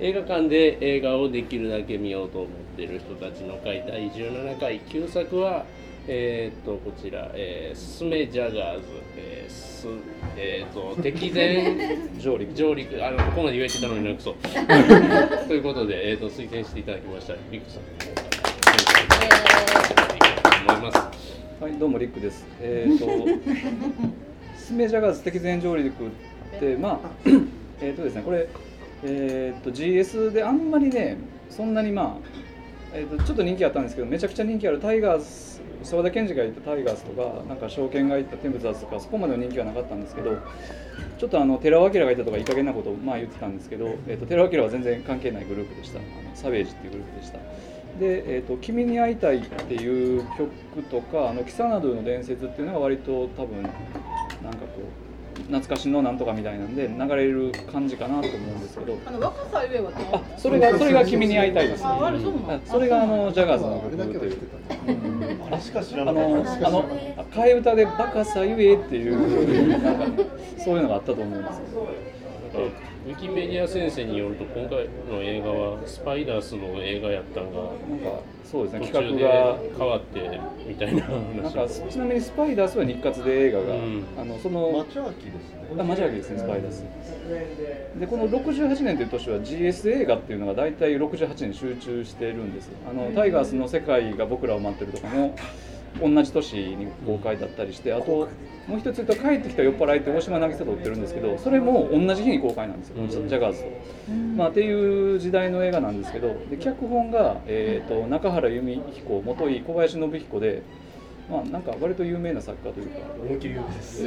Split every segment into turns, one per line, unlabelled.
映画館で映画をできるだけ見ようと思っている人たちの会第17回旧作はえーっとこちら、えー、スメジャガーズ、えーすえーっと敵前上陸上陸あのここまで言えてたのになくそ ということで、えーっと推薦していただきましたリクさん思います
はい、どうもリックです。えっ、と、スメジャガーズ敵前上陸って、まあ、 えっ、とですね、これ、えっ、と GS であんまりね、そんなにまあ、えっ、とちょっと人気あったんですけど、めちゃくちゃ人気あるタイガース、沢田研二が行ったタイガースとか、なんか証券が行ったテンブザーズとか、そこまでの人気はなかったんですけど、ちょっとあの寺尾明がいたとかいい加減なことをまあ言ってたんですけど、えっ、と寺尾明は全然関係ないグループでした。あのサベージっていうグループでした。で、えーと「君に会いたい」っていう曲とか「あのキサナドゥの伝説」っていうのが割と多分なんかこう懐かしのなんとかみたいなんで流れる感じかなと思うんですけど
あの若さゆえはって
あそれがそれが「君に会いたい」ですね
ああるそうな
あ
の
それがあのジャガーズの
あれ
曲
だけは
とい
知っ
う
てたね。
あれしか知
あ
らなか
の
った
あの替え歌で「バカさゆえ」っていうなんかそういうのがあったと思うんですけど
なんかウィキメディア先生によると今回の映画はスパイダースの映画やったんが
なんかそうですね
途
企
中
画
で
が
変わってみたいな
なん
話
かちなみに「スパイダース」は日活で映画が、
うん
あのその
マチャアキですね
あマジアキですね、スパイダース。で、この68年という年は GS 映画っていうのが大体68年に集中しているんです。あのタイガースの世界が僕らを待ってるとかも同じ年に公開だったりして、あともう一つ言うと帰ってきた酔っ払いって大島渚と売ってるんですけど、それも同じ日に公開なんですよ、
うん
ジャガーズと。まあっていう時代の映画なんですけど、で脚本がえっ、と中原由美彦、元井小林信彦で、まあなんか割と有名な作家というか。
思いっきり言うんで す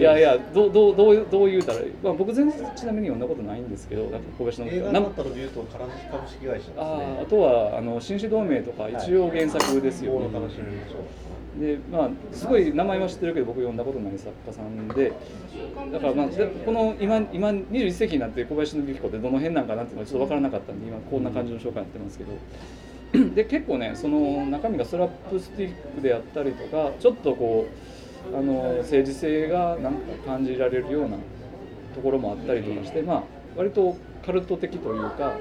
いやいや、どうどうどうどう言うたら、まあ、僕全然ちなみに読んだことないんですけど、なんか小林の
映画に
な
なったので言うとカラス株式会社ですね
あーあとはあの新種同盟とか一応原作ですよ、
今後の楽しみましょう
でまあすごい名前は知ってるけど僕読んだことない作家さんでだからまあでこの今今21世紀になって小林信彦ってどの辺なんかなっていうのはちょっと分からなかったんで今こんな感じの紹介になってますけど。で結構ねその中身がスラップスティックであったりとかちょっとこうあの政治性がなんか感じられるようなところもあったりとかして、まあ、割とカルト的というか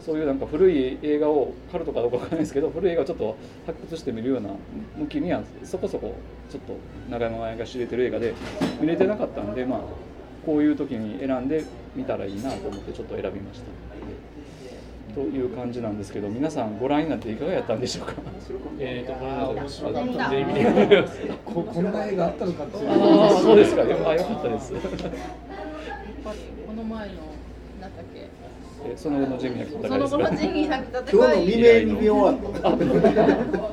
そういうなんか古い映画をカルトかどうかわからないですけど古い映画をちょっと発掘してみるような向きにはそこそこちょっと長山が知れてる映画で見れてなかったんで、まあ、こういう時に選んで見たらいいなと思ってちょっと選びました。という感じなんですけど皆さんご覧になっていかがやったんでしょうか
えーとこれなんか
面白かった
あ全員見てくれます
ここんな映画あったのかっていう。
あ あそうですかよあよかったです
ぱりこの前のなんだっけ
えその後のジェミナ
その後
で
の
すか
仁義なき戦い
今日の未明に見終 わった。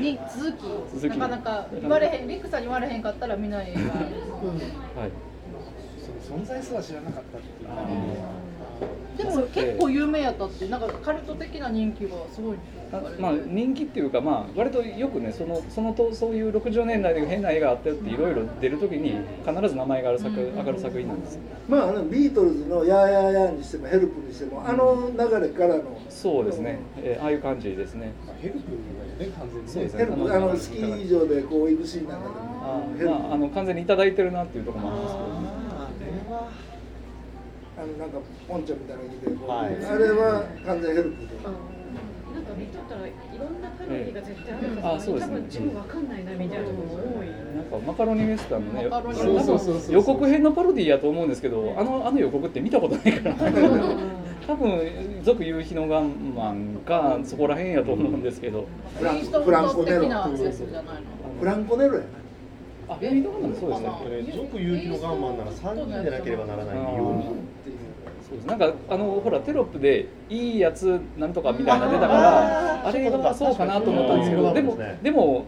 に続き
続き
なかなか言われへんリックさんに言われへんかったら見ない映画
はい
その存在すら知らなかったっていう。
でも結構有名やったってなんかカルト的な人気がすごいんですよ
あ
あれ
まあ人気っていうかまあ割とよくねそのそのとそういう60年代で変な映画あったよっていろいろ出るときに必ず名前がある作上がる作品なんですよ
まああのビートルズのやーやーやーにしてもヘルプにしてもあの流れからの。
そうですね、えーああいう感じですね
ヘルプだよね完全に
そうですね
ヘルプあのスキー場でこう行くシーンなんだ
あー、
けど。ヘルプ
まあ、あの完全にいただいてるなっていうところもあるんですけど
あれは
あのなんかポンチョみたいなの着てこう、
はい
あれは完全ヘルプで。
なんか見とったらいろんなカロリーが絶対あるはずなのに
あそうですね
多分自分わかんないなみたいなところが多い。
なんかマカロニウエスタンのね
マカロニ
そうそうそうそう
予告編のパロディやと思うんですけどあのあの予告って見たことないから多分俗夕日のガンマンかそこら辺やと思うんですけど
フラン
イースト
フランコ
的
ネロ。
なやつじゃないの
フランコネロやな。
あフランコネロそうですね
これよく勇気のガンマンなら三人でなければならない4人っていう
そうですなんかあのほらテロップでいいやつなんとかみたいなの出たから
あ
あ
ー
れがそうかなと思ったんですけ
う
ど
ん
でも
そうですね
でも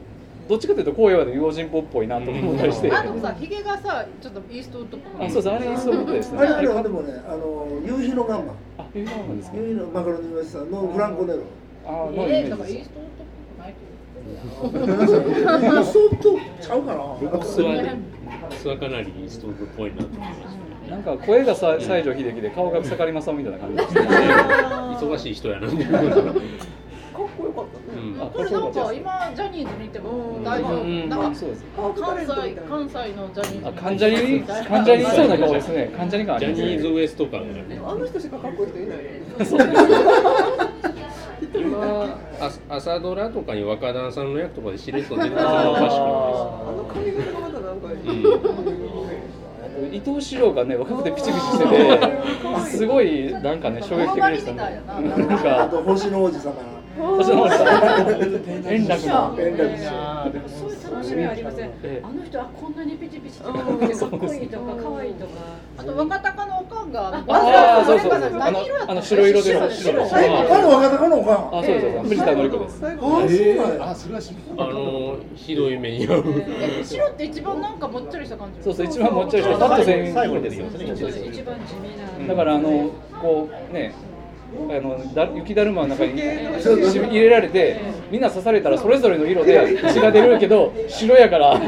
どっちかというと荒野の用心棒っぽいなと思ったりして
あの
あ
さヒゲがさちょっとイーストウッドっぽくない
そうですあれそういうことですね
あれあれ
あ
はでもね、あの夕日のガンマン、
いうのなんです
夕
ね
日のマカロニウエスタンのフランコネロ。
あーのイメ
えーだ
ー
か
ジ
らイ
で
ー
す
ストウッドっぽくないけど
相当ちゃうか
ル
な
ックスはねルックスはかなりイーストウッドっぽいなと思います
なんか声がさ西城秀樹で顔が草刈正雄みたいな感じですね
忙しい人やなって思いながら
かっこよかったね
うんうん
あ
これなんか今ジャニーズ見ても大丈夫、
うん
なんか
そうです
関西関西のジャニーズ
あ患者に患者にいそうな感じですね患者に感あ
ジ
り
ャ
ますね
ニーズウエスト感がね
あの人しかかっこいい人いないよね。
今あ朝ドラとかに若旦さんの役とかでしれっと出てたのおかしくないです
あの髪型がまたなんかいい。
伊藤四郎がね若くてピチピチしててすごいなんかね衝撃的でしたねなん
あ
か
と星の王子様
星野さん円楽の
円楽師匠
そういう楽しみはありません。
ええ
あの人はこんなにピチピチとかかっこいいとか可愛いとか。
あと若隆のおかんが
ああ
そ
そう
れ
そうそうあの
何色やった
あの白色です
白
白
白
最後あの若隆のおかん
あそうです藤田紀子です
最後
ああそうなんや
それは知ら
あのひどい目に遭う
え白って一番なんかもっちゃりした感じ
そうそう一番もっちゃりしてパッと線
最後に出てきますね
そうそうそう
一番地味な。
だからあのこうねあのだ雪だるまの中に
そうそう
入れられてみんな刺されたらそれぞれの色で血が出るけど白やから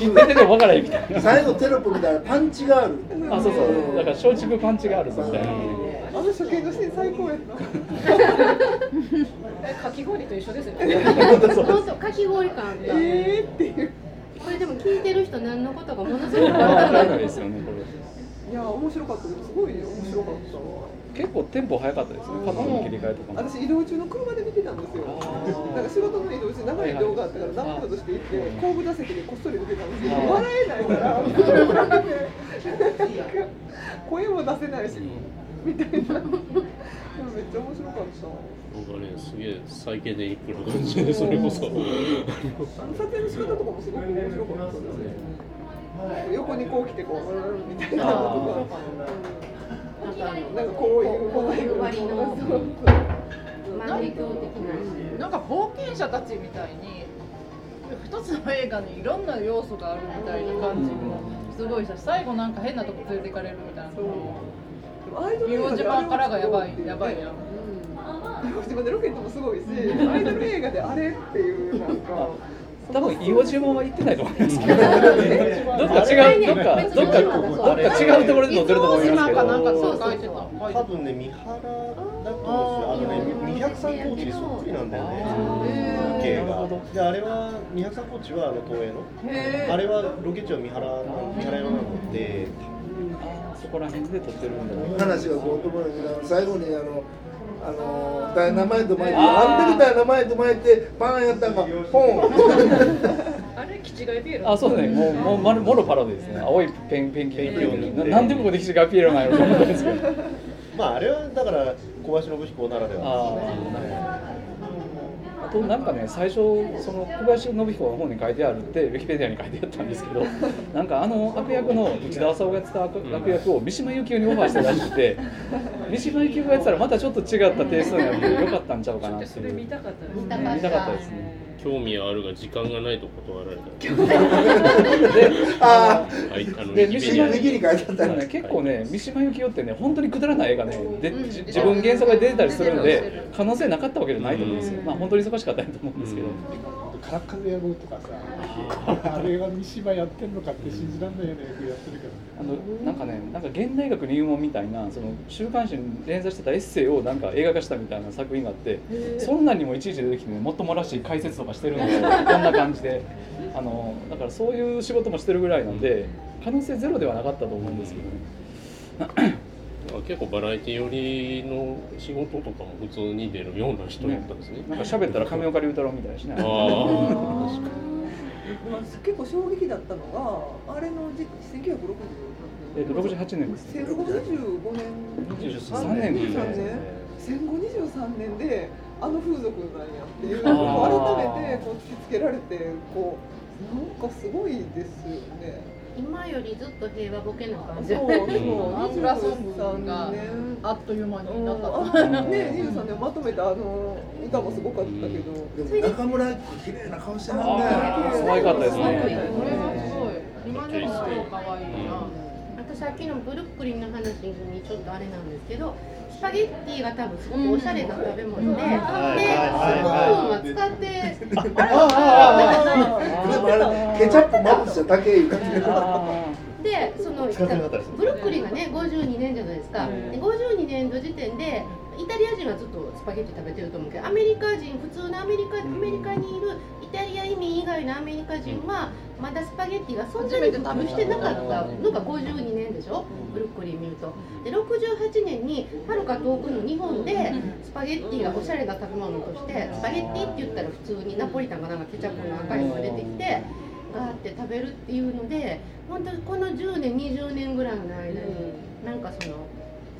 一点出ても分からへんみたいな
最後テロップみたいなパンチがある
あそうそうだから松竹パンチがあるぞみたいな
あの初見のシーン最高やった。
えかき氷と一緒ですよ。
本当かき氷感が。
えーっていう。
これでも聞いてる人何のことかものすごく分
あ
か
分かららな
ないい
ですよねこれ
いや面白かったです。すごい面白かった。
結構テンポ早かったですねカットの切り替えとかも
私移動中の車で見てたんですよ。なんか仕事の移動中長い動画あったからダウンロードして行って後部座席でこっそり見てたんですけど笑えないから車で声も出せないしみたいな。でもめっちゃ面白かった。
僕はねすげえサイケデリックな感じでそれこ そ
あの撮影の仕方とかもすごく面白かったですね。横にこう来てこううんみたいなのとか、なんかこういうこういうこういうそう
万華鏡的
なんか冒険者たちみたいに一つの映画にいろんな要素があるみたいな感じもすごいしたし最後なんか変なとこ連れていかれるみたいな
でもアイドル映
ミュ
画
ージ
で
カルからがやばいやばいやん
広島でロケットもすごいし、アイドル映画であれっていうなんか。
多分伊予島は行ってないと思いますけどどっか違うどっかどっかどっか違うところで
伊
乗ってると思
豆
い
大
ます
島
け
かなんか
ど
そう書いてた
多分ね、三原だと思うんですよ。あのね、二百三高地にそっくりなんだよね。風景が。で、あれは二百三高地はあの東映の。あれはロケ地は三原なんじゃないのなので。
そこら辺で撮ってるんだろう
話がこうともに最後にあのあのダイナマイト巻いてあんだけダイナマイト巻いてパンやったんかポン
あれキチガイピエロ。
あ、そうですね。もう、もう、まる、もろパロディですね。青いペン、ペンキン
ペンキン
ななんでここでがピエロなんやろうと思ったんですけど。
まあ、あれはだから、小林信彦ならではですね。
あと、なんかね、最初、その小林信彦の本に書いてあるって、ウィキペディアに書いてあったんですけど。なんか、あの悪役の内田浅尾がやってた悪悪役を三島由紀夫にオファーしたらしくて。三島由紀夫がやってたら、またちょっと違ったテイストになって、よかったんちゃうかなって
そ
い
れ
う。
見
見
たかったです。
たかったですね。
興味はあるが時間がないと断られたは
あ
いあの
で
ウィキ
あ
ペディアに
三島
島的に書いてあった
で
ん
も
だ
ね、結構ね、三島由紀夫ってね、本当にくだらない映画ね、で
うん
じ自分原作が出てたりするん
出てる
で、可能性なかったわけじゃないと思うんですよ、
うん
まあ、本当に忙しかったんやと思うんですけど、
空っ風野郎とかさ、あれが三島やってんのかって信じらんないような役やってるから。
あのなんかね、なんか現代学入門みたいな、その週刊誌に連載してたエッセイをなんか映画化したみたいな作品があって、そんなんにもいちいち出てきて、ね、もっともらしい解説とかし てるんですよ、こんな感じで。あのだからそういう仕事もしてるぐらいなんで、可能性ゼロではなかったと思うんですけどね。
結構バラエティ寄りの仕事とかも普通に出るような人だったんですね
なんか喋ったら亀岡龍太郎みたいなしね。
ああ
まあ結構衝撃だったのが、あれの時1960
えっと、68年ですね。
1955年
23年です
23
ね
年戦後23年であの風俗なんやっていう
あー
のを改めてこう突きつけられてこうなんかすごいですよね。
今よりずっと平和ボケな
そ
感
う
じ
そう
油ソングが
23年
あっという間になった
うんあね23年まとめたあの歌もすごかったけど。
でも中村って綺麗な顔してはん
あ
だ
ー
よ
可愛かったです
これ
ね。
はすごい今でも超可愛いな
私さっきのブルックリンの話にちょっとあれなんですけどスパゲッティが多分すごくおしゃれな食べ物で、で、スプーンは使って
でもあれケチャップまぶしただけいう感じで
あ
でその
使ってなかったです
ブロッコリーがね52年じゃないですか、で52年の時点でイタリア人はずっとスパゲッティ食べてると思うけどアメリカ人普通のアメリカアメリカにいるイタリア移民以外のアメリカ人はまだスパゲッティがそんなに普及してなかったのが52年でしょブルックリン見るとで68年にはるか遠くの日本でスパゲッティがおしゃれな食べ物としてスパゲッティって言ったら普通にナポリタンがなんかケチャップの赤いのが出てきてガーって食べるっていうので本当にこの10年20年ぐらいの間になんかその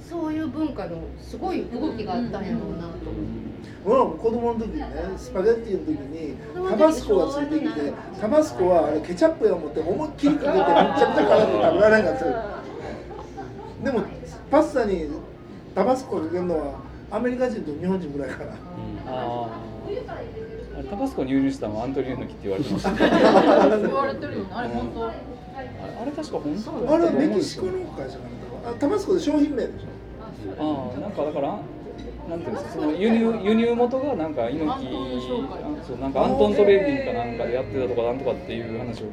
そういう文化のすごい動きがあったんやろうなと思って。
俺は子供の時にねスパゲッティの時にタバスコがついてきてタバスコはあれケチャップや思って思いっきりかけてめちゃくちゃ辛くて食べられなかったでもパスタにタバスコかけるのはアメリカ人と日本人ぐらいから
あーあれタバスコ入手したのはアントニオ猪木って言われてましたね
言われてるよねあれ本当
あれあれ確か本当
あれはメキシコの会社かなあタバスコで商品名でしょ
ああなんかだからなんていうんですかその輸入輸入元がなんか
アン
猪
ト
木
ン商会
あそうなんかアントントレーディーかなんかでやってたとかなんとかっていう話を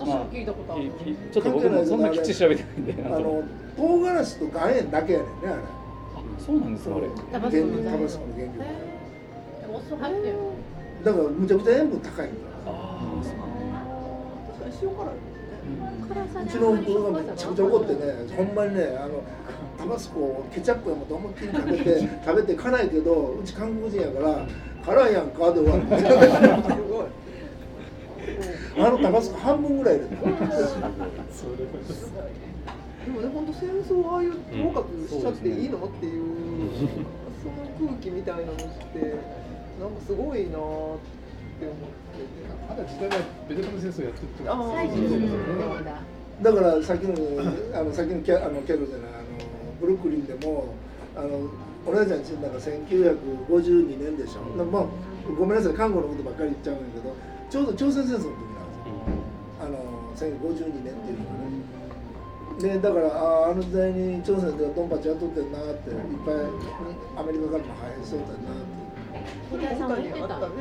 私は聞いたことある
ききちょっと僕もそんなきっちり調べてないんで
あ
なんとも
の唐辛子と岩塩だけやねんねあれ
あそうなんですかあれ
タバス
原
コの
料
材
タ
料
バスコの原料
お酢入ってる
だからむちゃくちゃ塩分高いんだ
ああそう
確かに塩辛い
辛さ
う
で
ち
あん
の
まり
夫が
しょ
め
ぱ
ち
さ
ゃ
は
くちゃ怒ってね、ほんまにね、あのタバスコをケチャップやもと思いっきりかけ て、食べてかないけど、うち韓国人やから、辛いやんかで終わる。
すごい
あのタバスコ半分ぐらい入れて
でもね本当戦争ああいう統括しちゃっていいのっていう、その空気みたいなのってなんかすごいなーって思って
まだ時代はベトナム戦争やってるってこと
あー
最近の年だ
だから、さっきの、あの、さっきのキャ、あの、キャロじゃない、あの、ブルックリンでも、あの。俺たちのチームなんか1952年でしょ、うまあ、ごめんなさい、看護のことばっかり言っちゃうんだけど、ちょうど朝鮮戦争の時なんですよ。あの1952年っていうのがね。でだからあーあの時代に朝鮮ではドンパチ雇ってんなーっていっぱいアメリカからも入りそうだなって
小田さんも言って
あ
た
ったね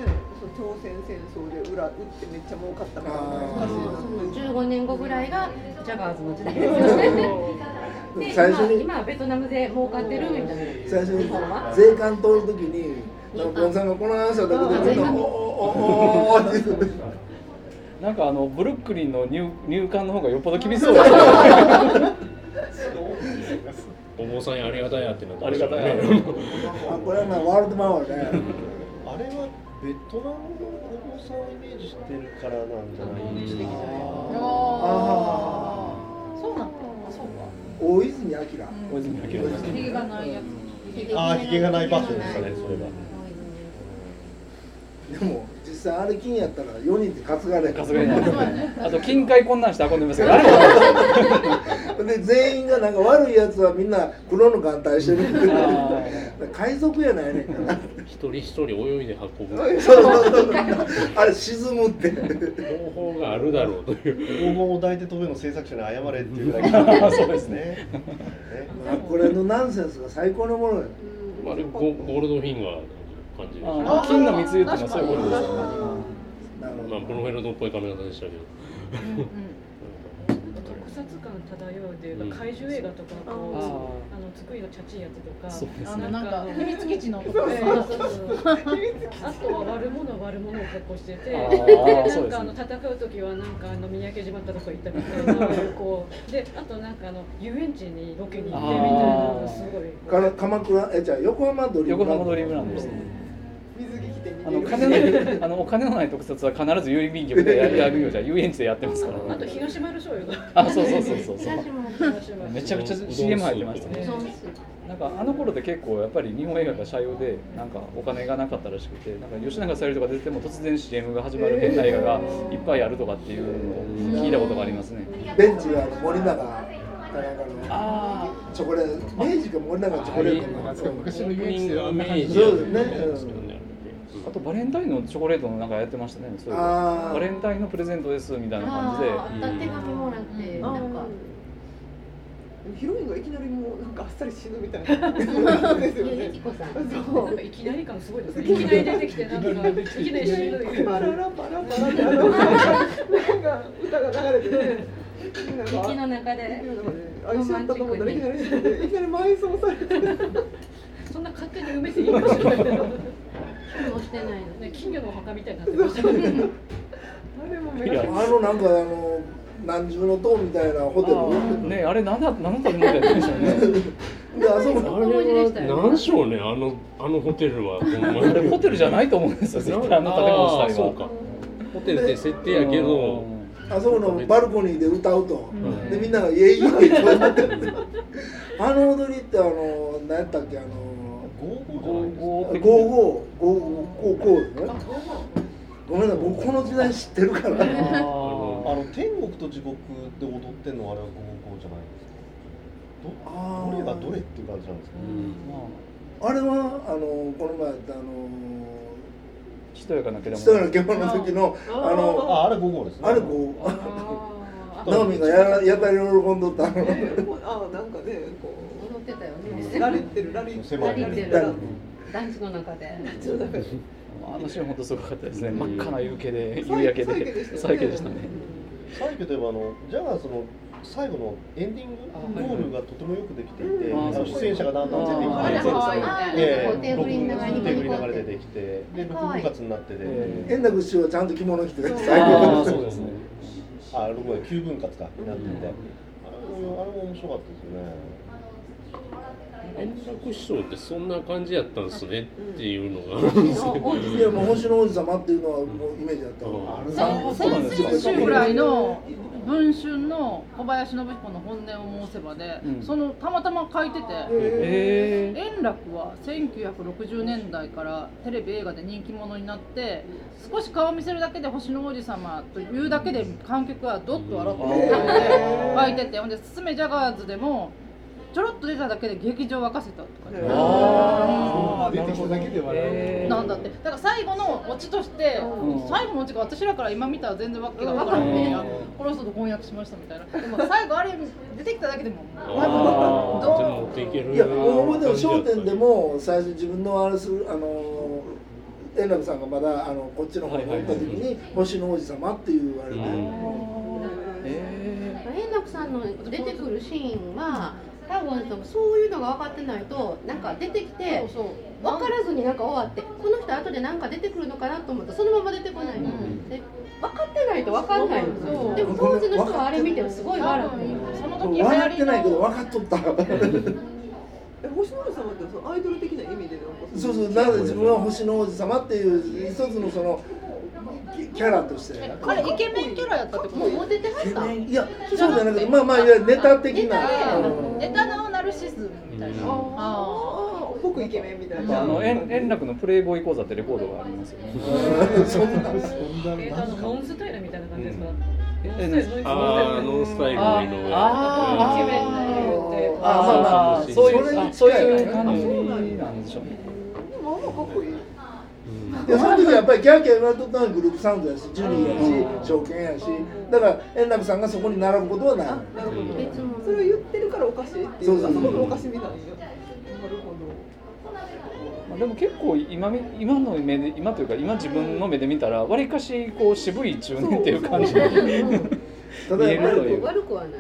その朝鮮戦争で裏打ってめっちゃ儲かったから
あー
懐かしいな
15年後ぐらいがジャガーズの時代ですよね。で
最初に
今今はベトナムで儲かってるみたいな。
最初に
日本は
税関通る時になんかゴンさんがこの話だけでみんな「おーおーおーおー」って言って
なんかあのブルックリンの入入管の方がよっぽど厳しそうですね
お坊さんにありがたいやってなって
ありが たい
ね
あこれはまあワールドマンはね
あれはベトナムのお坊さんをイメージしてるからなんじゃないです
あ
か。
あそうなんだあそうか
大泉明
大泉明です
ひげがないやつ
ああ、ひげがないバスでしたね、それは。
でも実際あれ金やったら4人で担がれへん
さすがにあと近海こんなんして運んでますけどあれも
で全員がなんか悪いやつはみんな黒の眼帯してるって
あ
海賊やないねんから
一人一人泳いで運ぶ
そうそうそうあれ沈むって
方法があるだろうと いう
黄金を抱いて飛ぶの制作者に謝れっていうぐらい。 そうですね。
まあこれのナンセンスが最高のものよ
まああれゴゴールドフィンガーの感じですね
あー金の密輸っていうのはそういうことですよね
なるほ
まあ
ど
プロフェルドっぽい髪型でしたけど
特撮感漂うというか怪獣映画とかこう
あ
あの作りのチャチいやつ
そ
と
う
か
です
あ
ね
のなんか秘密基地のとこ
え
で
ーそうあとは悪者は悪者を格好してて、
あ
で
ー
な
そうんです
かあ
ね
の戦う時はなんかあの三宅島かどこ行ったみたいなこうであとなんかあの遊園地にロケに行ってみたいなのがすごい。
から鎌倉えじゃあ横浜ドリーム
横
ランド
浜ドリームランドですね
水着着て
あ
逃
の
げる
金のあのお金のない特撮は必ず郵便局でややるようじゃ遊園地でやってますから
あと東丸醤油が
あそうそうそうそうそう
東も
東丸
めちゃくちゃ CM 入ってましたね
そうで
なんかあの頃で結構やっぱり日本映画が社用でなんかお金がなかったらしくてなんか吉永小百合とか出ても突然 CM が始まる変な映画がいっぱいあるとかっていうのを聞いたことがありますね
ベンチは森永かなんかの
あ
チョコレート明治か森永チョコレート
な
の
んか昔の
イ
遊園
ン
地では
グ
あ
イ
んな
メ
感じ
ージ
そうですね
ですけどね
あとバレンタインのチョコレートのなんかやってましたねそういえば
あ
バレ
ー
ンタインのプレゼントですみたいな感じで
あーあった手紙もらって
あー
なんか
ヒロインがいきなりもうなんかあっさり死ぬみたい なそうですよ
ゆ
ね
きこさん
そ
なんかいきなり感すごいですね。いきなり出てきてなんかいきなり死ぬ
うパララパラパラってあのなんか歌が流れてねなんか
雪の中で
愛し合ったと思ったらいきなり死んでいきなり埋葬されて
そのな勝手に埋めていいかしらみたいな
もしてないの
ね金魚のお墓みたいになっ てましたね
あれもめっ
い
ち
や
ゃ
あのなんかあの何重の塔みたいなホテル
ねあれ何だ何だったのみたいなやつでしたよ ね
であそこ
あれは何しょうねあのあのホテルはほんま
あれ
に
ホテルじゃないと思うんですよ絶対あの建物
あー
自体
そ
は
うかホテルって設定やけど
あそこのバルコニーで歌うと、
ん
でみんなが「イエイイエイ」って歌ってるあの踊りってあの何やったっけあの
55
5555
的
ですねごめんなさい僕この時代知ってるから
あ
ね
ー
あの天国と地獄で踊ってんのはあれは五五じゃないんですかど
あー
どれがどれっていう感じなんですか
ま
あれはあのこの前やったあの
あしとやかなけれ
「
ど
人の獣」の時の
あ
あの
ああれ五五ですね
あれこう
あー
ナオミがやらやたら喜んどったあの
ねもうああなんかねこ
踊ってたよ
うラリっ
ね
てるラリってる
狭い
ラリってる
ラ
ラリ
リ団地の中で
ちょっとなんか
あのシーン本当すごかったですね
うん
真っ赤な夕景で夕焼け
サイケでした
で
ね
最景でしたね
最後といえばあのジャガーその最後のエンディング
あ
ゴールがとてもよくできていて、
うん
あの出演者がだんだん出て
あれ
きて、
可
愛いね
ええ
テーブルに流れ
テーブルに流れて出てきて、で
可
六
愛い
部活になってて、
え
円楽師匠はちゃんと着物着て
そう
最高
あーそうですね
あ六部九分割かになってて、あれもあれも面白かったですよね。
円楽師匠ってそんな感じやったんですねっていうのがあるんですよ
いやもう星の王子様っていうのはもうイメージだった
うん
わ
あ
れ
そうなんですか
先週ぐらいの文春の小林信彦の本音を申せばで、
うん
そのたまたま書いてて。
えー
円楽は1960年代からテレビ映画で人気者になって少し顔見せるだけで星の王子様というだけで観客はドッと笑ってくれたの
え
で書いててほんで「すすめジャガーズ」でもちょろっと出ただけで劇場沸かせたとかね、
あー
出てきただけで笑う
えー
なんだってだから最後のオチとして
うん
最後のオチが私らから今見たら全然わけが分からんみたいなこの人と婚約しましたみたいなでも最後あれ出てきただけでも
あ
ど
ーで
う
も持っていける
いや覚えてる商店でも最初自分のあれするあの円楽さんがまだあのこっちの方に行った時に「星の王子様」って言われて
え
円楽さんの出てくるシーンは多分そのそういうのが分かってないとなんか出てき
そ
て
うそう
分からずになんか終わってこの人後で何か出てくるのかなと思ったらそのまま出てこないの、で分かってないと分かんないのでも当時の人はあれ見てすごい笑って
その時流行
笑っ
り
てないけど
の
分かっとった
え星野様ってそのアイドル的な意味でなんか
そうそうなぜ自分は星の王子様っていう一つのそのキキャラとして
あれイケメンキャラやったってこ
もうモ
と
テてはった
いやそうじゃなくてまあまあいわゆるネタ的なあの
ネタのナルシズムみたいな、
うん
ああ僕イケメンみたい
あ
な
の円円楽のプレイボーイ講座ってレコードがありますよね。
そんな
えーとあのノンスタイルみたいな感じですか。
え
ノンスタイルノンスタイル
あーノンスタイルの井上
あー
イケメンの井上って。
あまあまあそういうあそういう感じなんでしょうね。
まあまあかっこいい
でその時はやっぱりギャーギャー言われとったのはグループサウンドやしジュリーやし証券やしだから円楽さんがそこに並ぶことはない
あなるほど
別の
それを言ってるからおかしいっていうか
そう
そ
そう
このおかしみなんよなるほど
まあでも結構今み今の目で今というか今自分の目で見たらわりかしこう渋い中年っていう感じ
そう
に
ただやっぱり
言える
悪くはない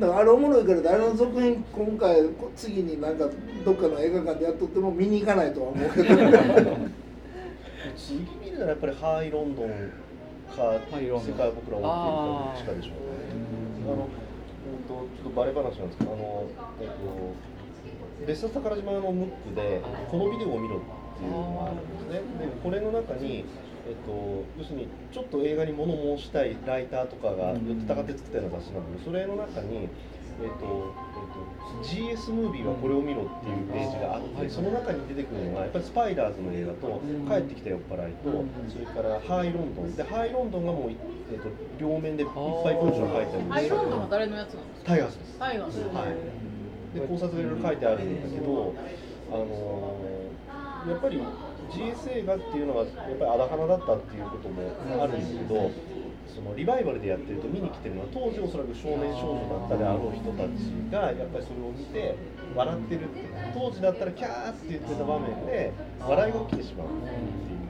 だからあれおもろいから誰の続編今回こ次になんかどっかの映画館でやっとっても見に行かないとは思うけど
次見るならやっぱりハイロンドンか
イロンドン
世界僕らを追っているかどっちかでしょうね。あの、うんと、ちょっとバレ話なんですけど、あの、えっと。別冊宝島のムックで、このビデオを見ろっていうのがあるんですね。で、これの中に。えっと、要するにちょっと映画に物申したいライターとかが寄ってたかって作ったような雑誌なんでそれの中に、えっとえっと、GS ムービーはこれを見ろっていうページがあってその中に出てくるのがやっぱりスパイダーズの映画と帰ってきた酔っ払いとそれからハイロンドンでハイロンドンがもう、えっと、両面でいっぱい文章が書いてあるん
ア
です
イ
け
ロ
ど
ンドンは誰のやつなんですか
タイガースです。
アイロン
はい、で考察がいろいろ書いてあるんだけど、あのーやっぱり GS 映画っていうのがやっぱり荒花だったっていうこともあるんですけど、そのリバイバルでやってると見に来てるのは当時おそらく少年少女だったであろう人たちがやっぱりそれを見て笑ってる当時だったらキャーって言ってた場面で笑いが起きてしまうっていう。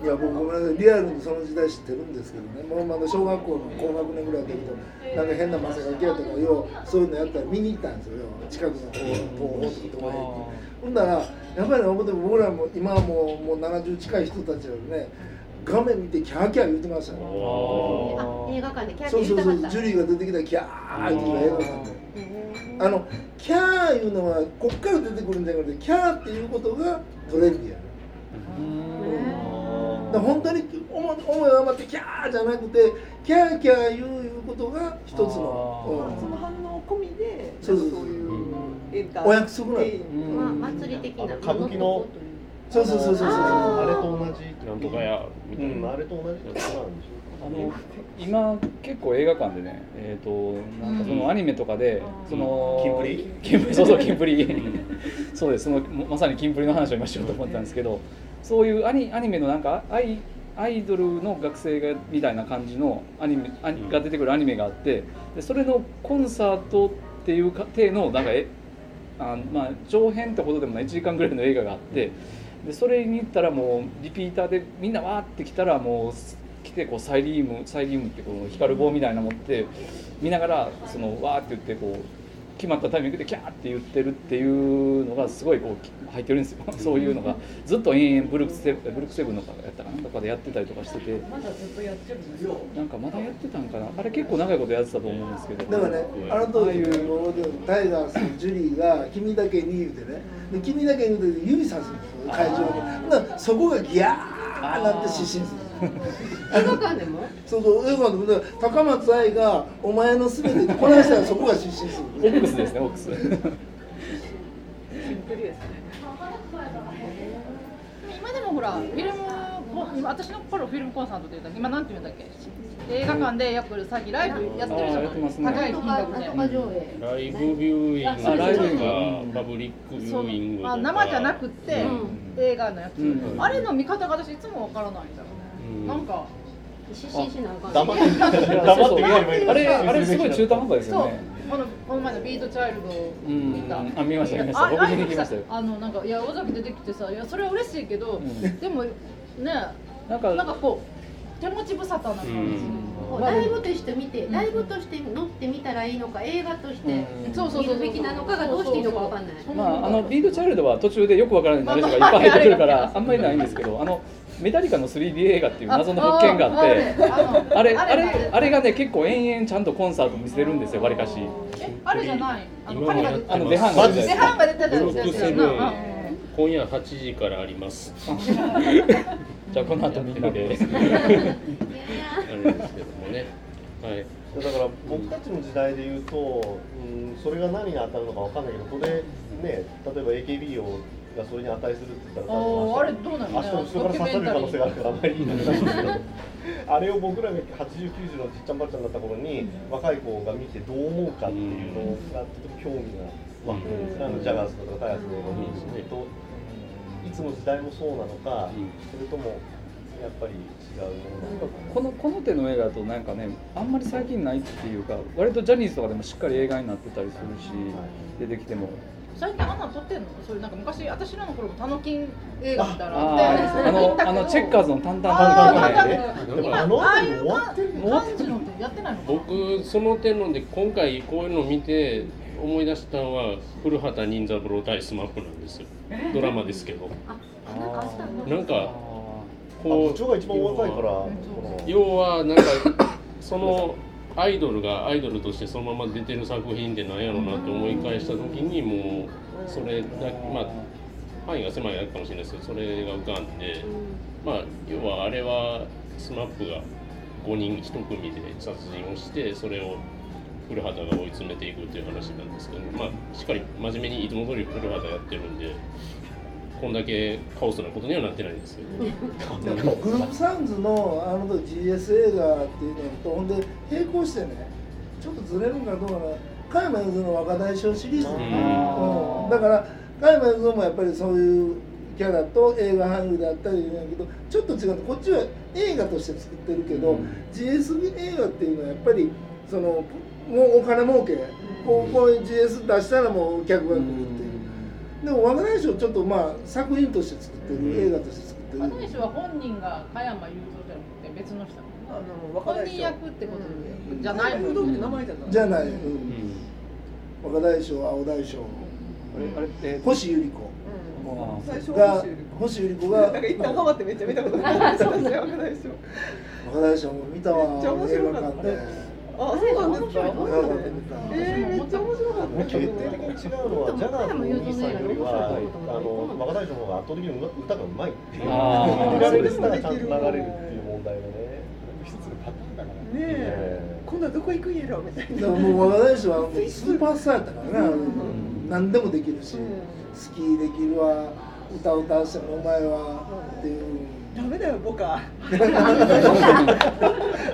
いや僕ごめんなさいリアルにその時代知ってるんですけどねもうまだ小学校の高学年ぐらいの時となんか変なマサガキやとかようそういうのやったら見に行ったんですよよう近くの東宝とか東宝ほんだらやっぱりね僕らも今はもうもう70近い人たちよりね画面見てキャーキャー言ってましたよ
あ映画館でキャッキ
そ
ャ
う
言
そうそ
って
う
ました
ジュリーが出てきたらキャーって言って映画館で。あのキャーいうのはこっから出てくるんじゃなくてキャーっていうことがトレンディーやねだから本当に思い思い余ってキャーじゃなくてキャーキャー言ういうことが一つの、
その反応込みで
そうそうそう
そういうエンタ
うん、お約束なの
テイン
まあ祭り的な
あの歌舞伎の
そうそうそうそうそう
あ
あれと同じ
なんとかやみたい
うん
な
あれと同じってことなんでし
あの今結構映画館でね、えー、となんかそのアニメとかで、その
キンプリ
キンプリ そうそうキンプリそうですそのまさにキンプリの話を今しようと思ったんですけどそういうアニアニメのなんかアイアイドルの学生がみたいな感じのアニメアニが出てくるアニメがあってでそれのコンサートっていうか体のなんかえあまあ上編ってほどでもない1時間ぐらいの映画があってでそれに行ったらもうリピーターでみんなわーって来たらもう来てこうサイリウムサイリウムってこの光る棒みたいなの持って見ながらそのわーって言ってこう決まったタイミングでキャーって言ってるっていうのがすごいこうき入ってるんですよそういうのがずっと延々ブルックセブブルックセブンのかやったかなとかでやってたりとかしてて
まだずっとやってるんですよ。
なんかまだやってたんかなあれ結構長いことやってたと思うんですけど
だからね、あの当時のローデオタイガース、ジュリーが「君だけに」言うてねで「君だけに」言うて指さすんですよ会場にほんならそこがギャーなって失神するんですよ
映画館でも
そうそう映画のことで高松愛が「お前のすべて」ってこないしたらそこが失神す
オ
る
ックスですねオックス
キンプリですね
今でもほらフィルムコン今私の頃フィルムコンサートって言ったら今なんて言うんだっけ映画館でよく最近ライブや
あ
ってるじゃ
ーやってますね
ない高い
と
金
か
額
な
で
んとか上映
ライブビューイングと
あ
か
ライブビューイング
パブリックビュ
そ
ーイングと
うま
か
あ生じゃなくて、
うん
映画のやつ、
うん
あれの見方が私いつもわからないんだよ、
うん
なんか
失神しなあかん
ょう。黙って
いや
黙って
そう
見
そう
ればいい
あれあれすごい中途半端です
そ
よ
う
ね
このこの前のビートチャイルドを
うん
見た、
あ見ました見ました
あ
僕見に行きましたよ
ああのなんかいや尾崎出てきてさいやそれは嬉しいけど、
うん
でもね
なん
なんか
か
こう手持ち無沙汰な感じ、
こうライブとして見て、ライブとして乗ってみたらいいのか、映画として
うん
そうそう
見
そうそう
るべきなのかがどうしていいのかわかんない。
まあ、あのビートチャイルドは途中でよくわからないナレーションがいっぱい入ってくるからあんまりないんですけどあのメタリカの 3D 映画っていう謎の発見があって
て
あれあれあれがね結構延々ちゃんとコンサート見せてるんですよわりかし
あれじゃないあの
今も
彼が
やって
出
ます
あの出番が出たやつ
版が出たじゃ
ブ
ん
ロックセブン今夜8時からあり ます
じゃあこの後みんなで
あれですけどもねはい
だから僕たちの時代で言うと、うん、それが何に当たるのかわかんないけどこれね例えば AKB をがそれに値するって言ったら
ああれどうな
明日
の
後ろから刺される可能性があるからあんまり言いたくないんですけど あれを僕らが80、90のじっちゃんばあちゃんだった頃に若い子が見てどう思うかっていうのがとても興味が湧くんですねあのジャガーズとかタイヤスの映画を見に行くといつの時代もそうなのか
うん
それともやっぱり違うものなのか
このこの手の映画だとなんかねあんまり最近ないっていうか割とジャニーズとかでもしっかり映画になってたりするし出てきても
最近あんなの撮ってんのそういうなんか昔私らの頃もタノキン映画みたいなの
あーあのあのチェッカーズのタンタンタンタンと
あ
か
ー
ね
な
ー
でも
今
あの
ああ
辺
い
り
う
終わ
感
って
じ
るの
のってやってないのかな
僕その点ので今回こういうのを見て思い出したのは古畑任三郎対スマップなんですよドラマですけど
あ、あなんか明日
なんか
部
こ
長
う
が一番お若いからこの
要はなんかそのアイドルがアイドルとしてそのまま出てる作品ってなんやろうなって思い返した時にもうそれだまあ範囲が狭いかもしれないですけどそれが浮かんでまあ要はあれは SMAP が5人1組で殺人をしてそれを古畑が追い詰めていくっていう話なんですけどまあしっかり真面目にいつも通り古畑やってるんでこんだけカオスなことにはなってないんですけど。
グ ループサウンズのあの時 GS 映画っていうのとほんで並行してねちょっとずれるんかどうかな加山雄三の若大将シリーズ、
う
うんだから加山雄三もやっぱりそういうキャラと映画俳優であったりいうんやけどちょっと違ってこっちは映画として作ってるけど、
うん
GS 映画っていうのはやっぱりそのもうお金儲けこうこういう GS 出したらもう客が来るっていう。でも若大将ちょっとまあ作品として作ってる映画として作っってる
片石は本人が加山雄三じゃなくて別の人
あの若
本
大
人
将
役ってことで、
うん
じゃないも
うどんって名前じゃない
じゃ
い
ない、うん、若大将青大将
あれえー
星百合
あ
最初
子
は
が
欲しい
星百合子
なん
が
か一旦ハマってめっちゃ見たことない私若大将
若大将も見た
め
わ
っちゃ面
映
白
画
かった
館で
あそうなんです
映
か
画館で見た
えー、めっちゃ面白かった
決定的に違うのはジャガーとお兄さんよりはあの若大将の方が圧倒的に歌がうまいっていう
あー
見られる歌がちゃんと流れるっていう問題がね
一つのパターンだから
ねえ今度はどこ行くんやろみたいな
だからもう若大将はもうスーパースターやったからな、
ん
何でもできるし、スキーできるわ歌歌わせてもお前は、っていう
ダメだよ僕は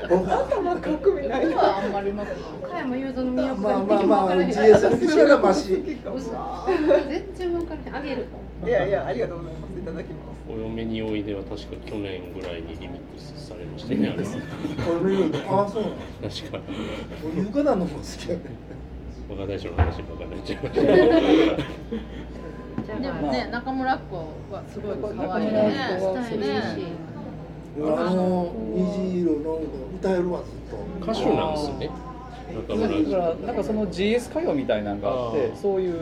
僕は
頭かくみたい
今
な
はあんまりうまくない
加山雄三の
まあまあ
都が
まあ、まあ、
全然
GS にしたらマシ
全然分からへんあげる
いやいやありがとうございますいただきます
お嫁においでは確か去年ぐらいにリミックスされましたね、あれは。
俺見るのああそうなの
確か。
俺床なのも好きやね
若大将の話ばかになっちゃいました。
じゃ
で
あ
もね、中村っ子はすごい可愛い
中
ね
村っ子は
したいね
嬉しい
あの虹色の歌えるわずっと
歌手なんですね。中
だ
村
からなんかその GS 歌謡みたいなのがあって
あー
そういう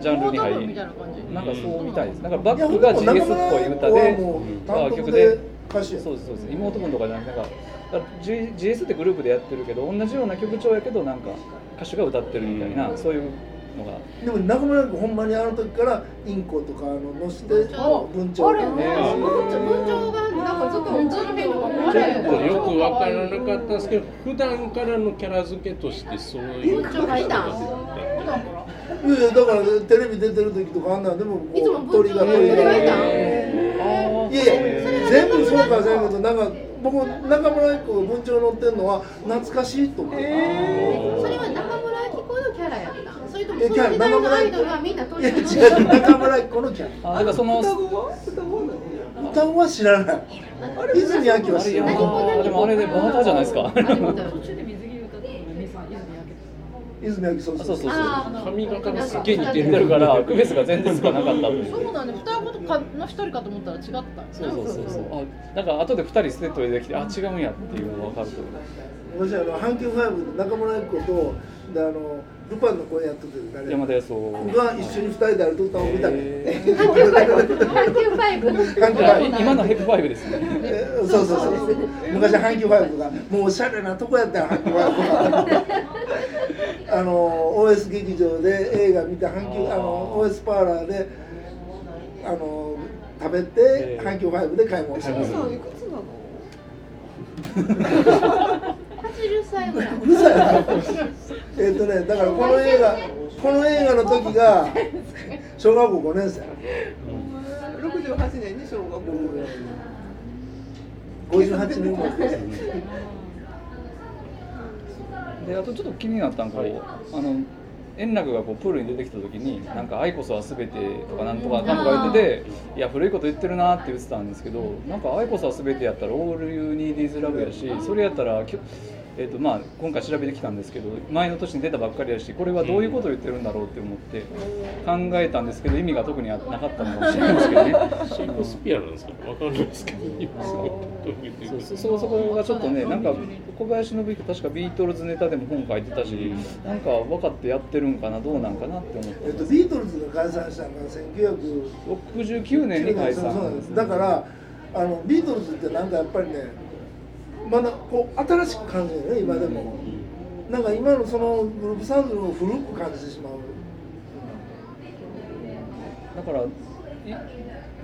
ジャンルに入
み
り
たいな感じ
なんかそうみたいですなんかバックが
い
GS っぽい歌
や
で
ほん
うん
と中村はもう単
曲
独
で
で歌手や
そうですそうです妹分とかじゃなくてなんかだから G- GS ってグループでやってるけど同じような曲調やけどなんか歌手が歌ってるみたいな、
うん
そういうのが
でも中村君ほんまにあの時からインコとかあの乗せて文鳥
あれ
ね
も文鳥文鳥がなんかずっと
文鳥の面とかもあ
ち
れ
ょっとよくわからなかったんですけど、普段からのキャラ付けとしてそういう
文鳥がいたん
いやいやだからテレビ出てる時とかあんなんでもこう
いつも文鳥が
鳥
文鳥がいたん
あ
いやいや全部そうか全部となんか僕中村一子が文鳥乗ってるのは懐かしいと思う、
それは中村明子のキャラやったそれともその時代のアイドルはみんな鳥
いや
の
違う
乗ってた
中村一子のキャ
あだからその
双子は双子なの
ラ歌は知らない泉明は知らない
何子何
あ
子
でもあれでバーターじゃないですか
あでもだよ
途中で水着歌ってたのが水着水着
泉明そう
あ
そ
そうう
そ
そううそう
あー
髪型がすっげ
ゲ
え似
イに
て
似
る
てるから区別が全然つかなかったという
そうなんで双子とかの一人かと思ったら違ったよね
そうそうそうそうあなんか後で2人ステッドでできてあ違うんやっていうのが分かると
昔あの阪急ファイブの中村一子とであのルパンの声やってて誰
山
が
田康夫
一緒に二人で歩いとったのを見たね、
え
阪急ファイブ阪急ファイブ
阪急ファイブ
今のヘップファイブですね
えーそうそうそう昔阪急ファイブがもうおしゃれなとこやったよ阪急ファイブがあの OS 劇場で映画見て阪急あの OS パーラーであの食べて
えー
阪急ファイブで買い物し
さん
ま
い
す
くつなの
80歳ぐらい
えっとねだからこの映画この映画の時が小学校5年生
68年に小学校
58年前
であとちょっと気になったんが、こう
はい
あの円楽がこうプールに出てきた時に「なんか愛こそは全て」とかなんとかかんとか言ってていや古いこと言ってるなって言ってたんですけどなんか「愛こそは全て」やったら「オール・ユー・ニー・ディーズ・ラブ」やしそれやったらきょ、えーとまあ、今回調べてきたんですけど前の年に出たばっかりやしこれはどういうことを言ってるんだろうって思って考えたんですけど意味が特になかったのかもしれないですけどね。
シェイクスピアなんですかわかんないですけど、今すごいどういうこと言う
そう
か
そそそこがちょっとねなんか小林信彦確かビートルズネタでも本書いてたし、
うん
なんか分かってやってるんかなどうなんかなって思って、
えっとビートルズが解散したのが1900
69年に解散
そうなんですだからあのビートルズってなんかやっぱりねまだこう新しく感じるよね今でもなんか今のそのグループサウンドを古く感じてしまう
だからいな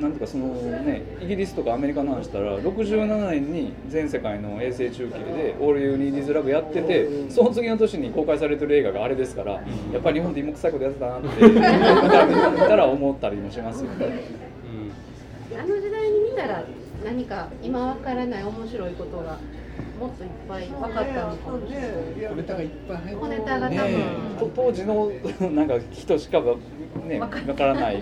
んていうかそのねイギリスとかアメリカの話したら67年に全世界の衛星中継で「オール・ユー・ニー・ディズ・ラブ」やっててその次の年に公開されてる映画があれですからやっぱり日本で芋臭いことやってたなって 見たら思ったりもしますよね。
うん
あの時代に見たら何か今わからない面白いことがもっといっぱい分かったのかもしれない。
小ネタがいっぱい入って
小ネタが多分、
ねえと当時の なんか人しかがねわ
わか
からない
で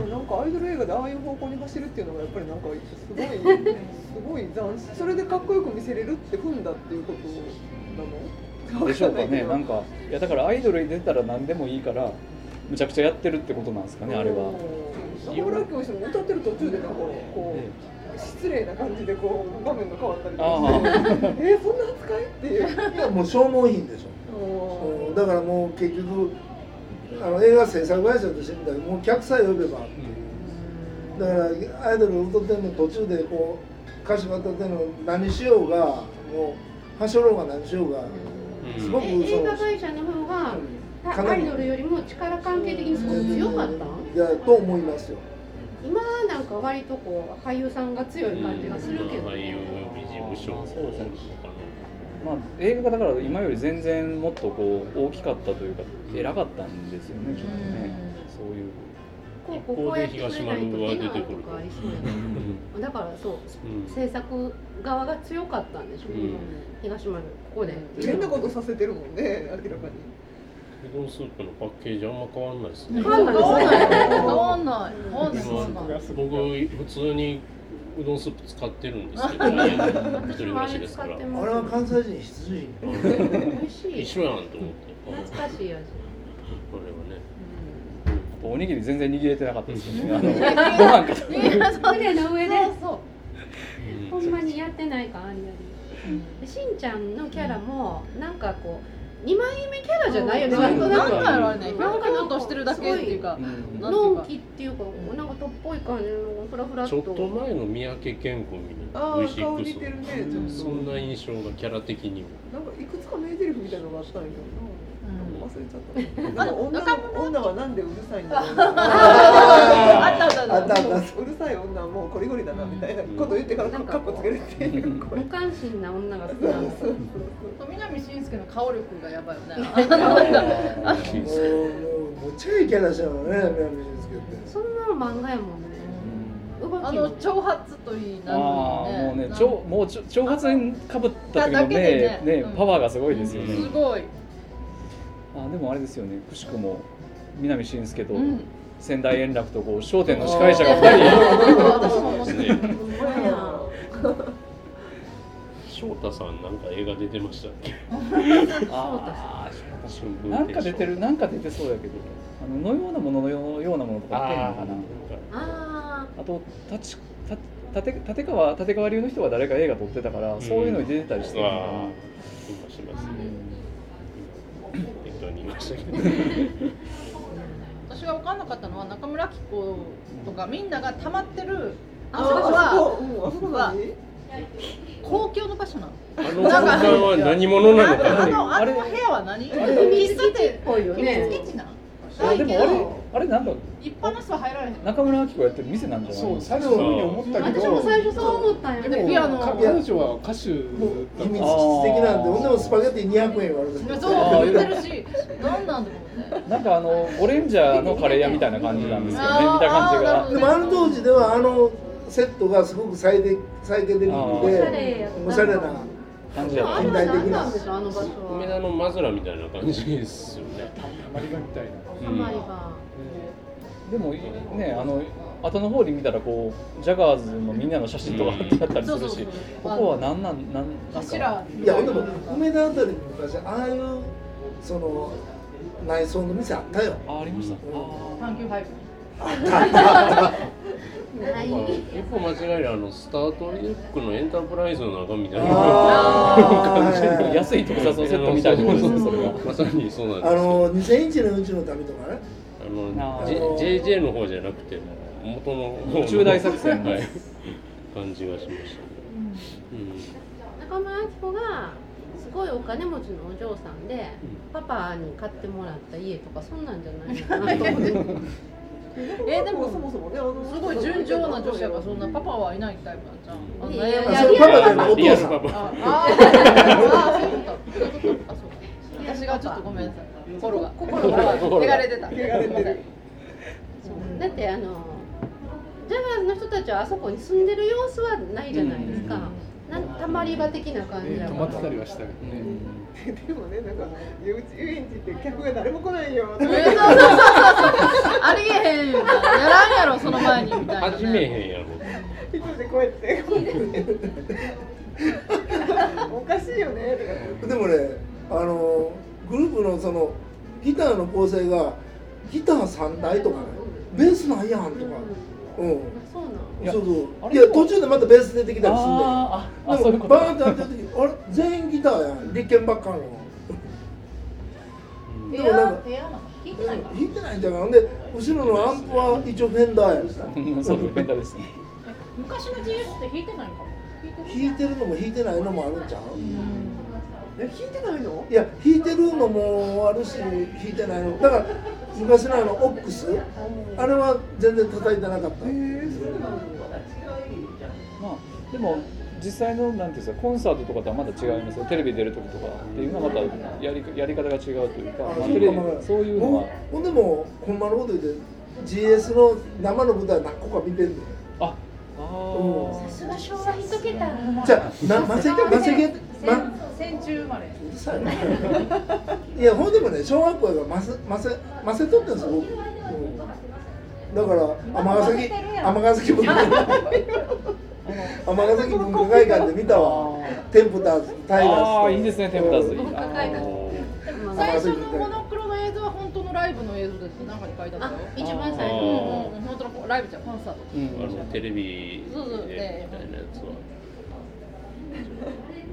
もなんかアイドル映画でああいう方向に走るっていうのがやっぱりなんかすごいすごい斬新それでかっこよく見せれるって踏んだっていうことなの
でしょうかね
わ
なん
んない
かいやだからアイドルに出たら何でもいいからむちゃくちゃやってるってことなんですかねあれは。
ホラー教室も歌ってる途中でなんかこう失礼な感じでこう画面が変わったりとかしてえーそんな扱いっていう。
いやもう消耗品でしょうんだからもう結局あの映画制作会社としてみたらもう客さえ呼べばだからアイドル歌ってんの途中でこう歌詞渡ってんの何しようがもうはしょろうが何しようがすごくそ
え映画
の
会社の方が
か
ア
なり
イドルよりも力関係的にすごく強かったん
いやと思いますよ
今なんか割とこう俳優さんが強い感じがするけど、
俳優及び事務所もそうなのか
まあ、映画がだから今より全然もっとこう大きかったというか偉かったんですよねきっとねそういう。
こうこうこうやってくれないと出ないとかありそうやなだからそう
うん
制作側が強かったんでしょうね、
うん
東丸ここで、
変なことさせてるもんね、明らかに。
うどんスープのパッケージあんま変わんないですね
変わんないですね
変わんない変わんない変わんない
僕普通にうどんスープ使ってるんですけど家で一人暮らしですから
私も
あれは関西人必需品
美味しい
一緒やんと思ってこれは
懐かしい味
ね
おにぎり全然握れてなかったですよね。あのご飯か
逃げ出そう
船の上で
そう
ほんまにやってない感ありありでしんちゃんのキャラもなんかこう二枚目キャラじゃないよね、
な
割
ん
と
か
な
な
ん
ん
か
かやろあれねひょんひょんとしてるだけっていう か
うん
な
のんきっていうかなんかとっぽい感じのフラフラっ
ち
と
ょっと前の三宅健子みたい
あ
な
あ、顔似て
V6
るね、ちょっと。
そんな印象がキャラ的にも
なんかいくつか名台詞みたいなのがあったんや
うん
けどな。忘れちゃった。なんか女の女はなんでうるさいんだろう
あったあったあ
あ
っあっ
ったたあったた
うるさい女はもうこりごりだなみたいなこと言ってからカッコつけるっていうこれ
無関心な女が好きなの
南信介の顔力がやばいよね
もうもうむっちゃいいキャラしたのね南信介って
そんなの漫画やもんね動きも
あの挑発といいな
ああもうねちょもうちょ挑発にかぶった時
だ
の
だけで
ね
ね
ね
うん
パワーがすごいですよね。
すごい
あでもあれですよねくしくも南信介と
うん
仙台円楽とこう商店の司会者が2人。
私も思ってる
ほんまや
翔太さんなんか映画出てましたっけ
あーなんか出てるなんか出てそうやけどあののようなもののようようなものとかってんのかな。
あ
あと立ち立立立川立川流の人は誰か映画撮ってたから、
ん
そういうのに出てたりしてるのかな
あー今しますね適当に言いましたけど
私が分かんなかったのは中村紀子とかみんなが溜まってるあ
あ
そこは
そこ、うん、あそこ何
公共の場所なの
あの空間は何者なのかな
あのあの部屋は何
あ海好きっぽいよ
秘密
ね
基地なの
いやで
ないけ
もあれあれなんか
一般の人は入られへんの
中村明子がやってる店なんじゃない
そう
です
最初はに思ったけど
私も最初そう思ったんや
で
で
も
ピアノ
か彼女は歌手
もう
だ
秘密基
か
地的なんでほんでもスパゲッティ200円言われて
そうそう言ってるし何なんだろうね
なんかあのゴレンジャーのカレー屋みたいな感じなんですよね
うん
見た感じ
あーな
が
る
でもあの当時ではあのセットがすごくサイデサイケデリック
おし
で
ゃれやった
おしゃれな
感じ
で
や
も
っ
あ
た
れは何なんでしょうあの場所
梅
は
田のマズラみたいな感じですよね
らマリガみたいな
ハマりが
でもねあの後の方に見たらこうジャガーズのみんなの写真とか貼ってあったりするし、
うんそうそうそう
ここは何なんなんなんか
柱
いやほんでも梅田あたりに昔ああいうその内装の店あったよ
あありました、
うん
あ
阪急ハイブ
ない
一歩間違えるあのスタートリックのエンタープライズの中みたいな
あ
ー
ー
安い特撮のセットみたいなもんですねそれが
まさにそうなんです
あ
あの
の2001のうちの旅とかね
あ
ジ
ー
JJ の方じゃなくて元の方の
宇宙大作戦
はい感じがしましたねうん
中村明子がすごいお金持ちのお嬢さんでパパに買ってもらった家とかそんなんじゃないのかなと思って
えでも
そもそもねあの
すごい純情な女子やからそん なパパはいないタイプなんじゃんあんなや
い
や
や
あそ
いや
れパパじゃないお
リア
父
ル
さん
パパ
ああーそういうことそういうことあそうか 私がちょっとごめんなさい心が心が汚れてた
汚れてる
だってあのジャガーズの人たちはあそこに住んでる様子はないじゃないですか、なんかたまり場的な感じだ
止
か
ま
ら
ってたりはしたけどね
でもねなんか遊園地って客が誰も来ないよ
そうそうそうそうありえへんよなやらんやろその前にみたいな、
始めへんやろ
一人でこうやっておかしいよねとか
でもねあのグループのそのギターの構成がギター3台とかねベースないやんとかうん、
そう
い
なん
や
そう
あ
そう
れ
いや途中でまたベース出てきたりすんで
あーああそうい
で
うこと
もバーンってやってる時あれ全員ギターやん立憲ばっかのでもなんか
部屋なんか聞いてないか
弾いてないんじゃないほんで後ろのアンプは一応フェンダーやん
うん そういう変態ですね
昔の GS って弾いてないのかも
弾いてるのも弾いてないのもあるんちゃう
え聞いてないの
いや弾いてるのもあるし弾いてないのだから昔のあのオックスあれは全然叩いてなかった
えー、そうなの
まあでも実際のなんていうんですかコンサートとかとはまだ違いますよテレビ出る時とかっていうのはまたやりやり方が違うというか、まあ
あ
テレビ
まあ
そういうのは
ほんほんでもうほんまのこと言って GS の生の舞台何個か見てんねん
ああ
う
さすが昭和一桁
じゃあなマセケマセケま
戦中生まれ
うるさい ないやほんでもね小学校がマセマセマセ取ってんですよ僕、うん、だから尼崎尼崎文化会 尼崎文化会館で見たわテンプターズタイガース
あ
と
あいいですねテンプターズ
文化会館
最初のモノクロの映像は本当のライブの映像です中に書いてあっ
あ
たよ
一番最
う
あ
ん
後
うんうん本当のライブじゃんコンサート
う
あの
ん
テレビでみ
そうそうね
たいなやつは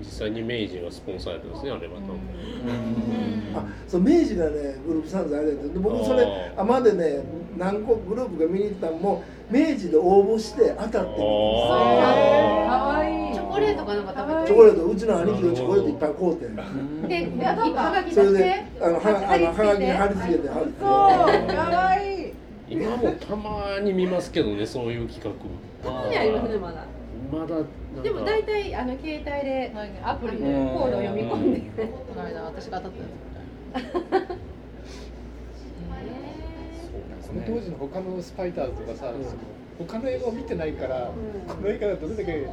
実際に明治がスポンサーやったんですねあれは多分
あそう明治がねグループサウンズあれやってで僕それ
あー
あまでね何個グループが見に行ったんも明治で応募して当たって
あ
わい
チョコレートかなんか食べ
チョコレートうちの兄貴がチョコレートいっぱい買うて
てるでではがき
そ
出
れ
し
で
て
あのはあのはがきに貼り付けて貼り付け
わいい
今もたまに見ますけどねそういう企
たまにありますねまだ
画まだなん
でも大
か
体あの携帯で
ア
コ
プリで
うん
ードを読み込んで
この間私が当たったやつ
その当時の他のスパイダーズとかさ、他の映画を見てないから、この映画がどれだけ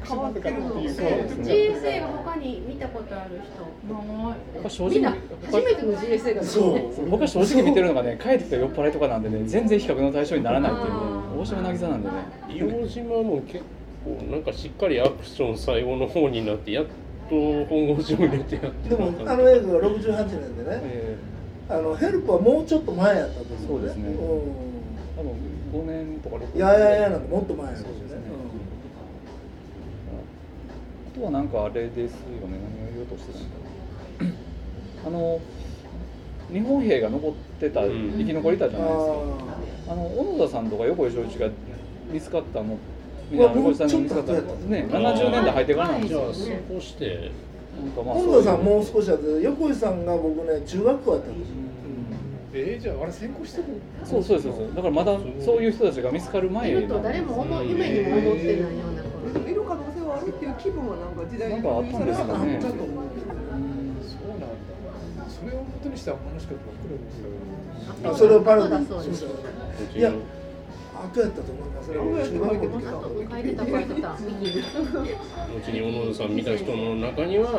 特殊なのかなっていう
変わってるの
か
GSA が他に見たことある人
僕は正
みん
直
な初めての GSA だ
て
う
そう
僕は正直見てるのがね帰ってきた酔っ払いとかなんでね全然比較の対象にならないっていう
あー
大島渚なんでね
硫黄島も結構なんかしっかりアクション最後の方になってやっと本腰を入れてやって
でもあの映画が68年でね
え
あのヘルプはもうちょっと前やったと思う
そうですね
う
ー多分5年とか6年
ん、いやいやいやなんかもっと前やった
そうですね
う
あ
ん
とはなんかあれですよね、何を言おうとしてたんだろうあの日本兵が残ってた、
うん
生き残りたじゃないですか。
あー
あの小野田さんとか横井正一が見つかったの、みん
うわ
な横井さんが見つかったの
もうちょっと
ね、70年代入ってからなんです
じゃ
よ。
あそこして
なんかまあ
本田さん
そういう
もう少しだって横井さんが僕ね中学校やったんですよ
えー、じゃああれ先行してる
そうそうですそうです。だからまだそういう人たちが見つかる前
いると誰も思う夢にも思ってないような
でも見る可能性はあるっていう気分はなんか時代
なん
に
かあったんですかね
反映されたと思う
そうなんだそれを元にした話かとばっかり思ってたけ
あそれをパロディ
そうだそ
ー
うです
いや後やったと思いますね
後やって書いてま
あ
した
と書いてた書いてた
後に小野田さん見た人の中にはこ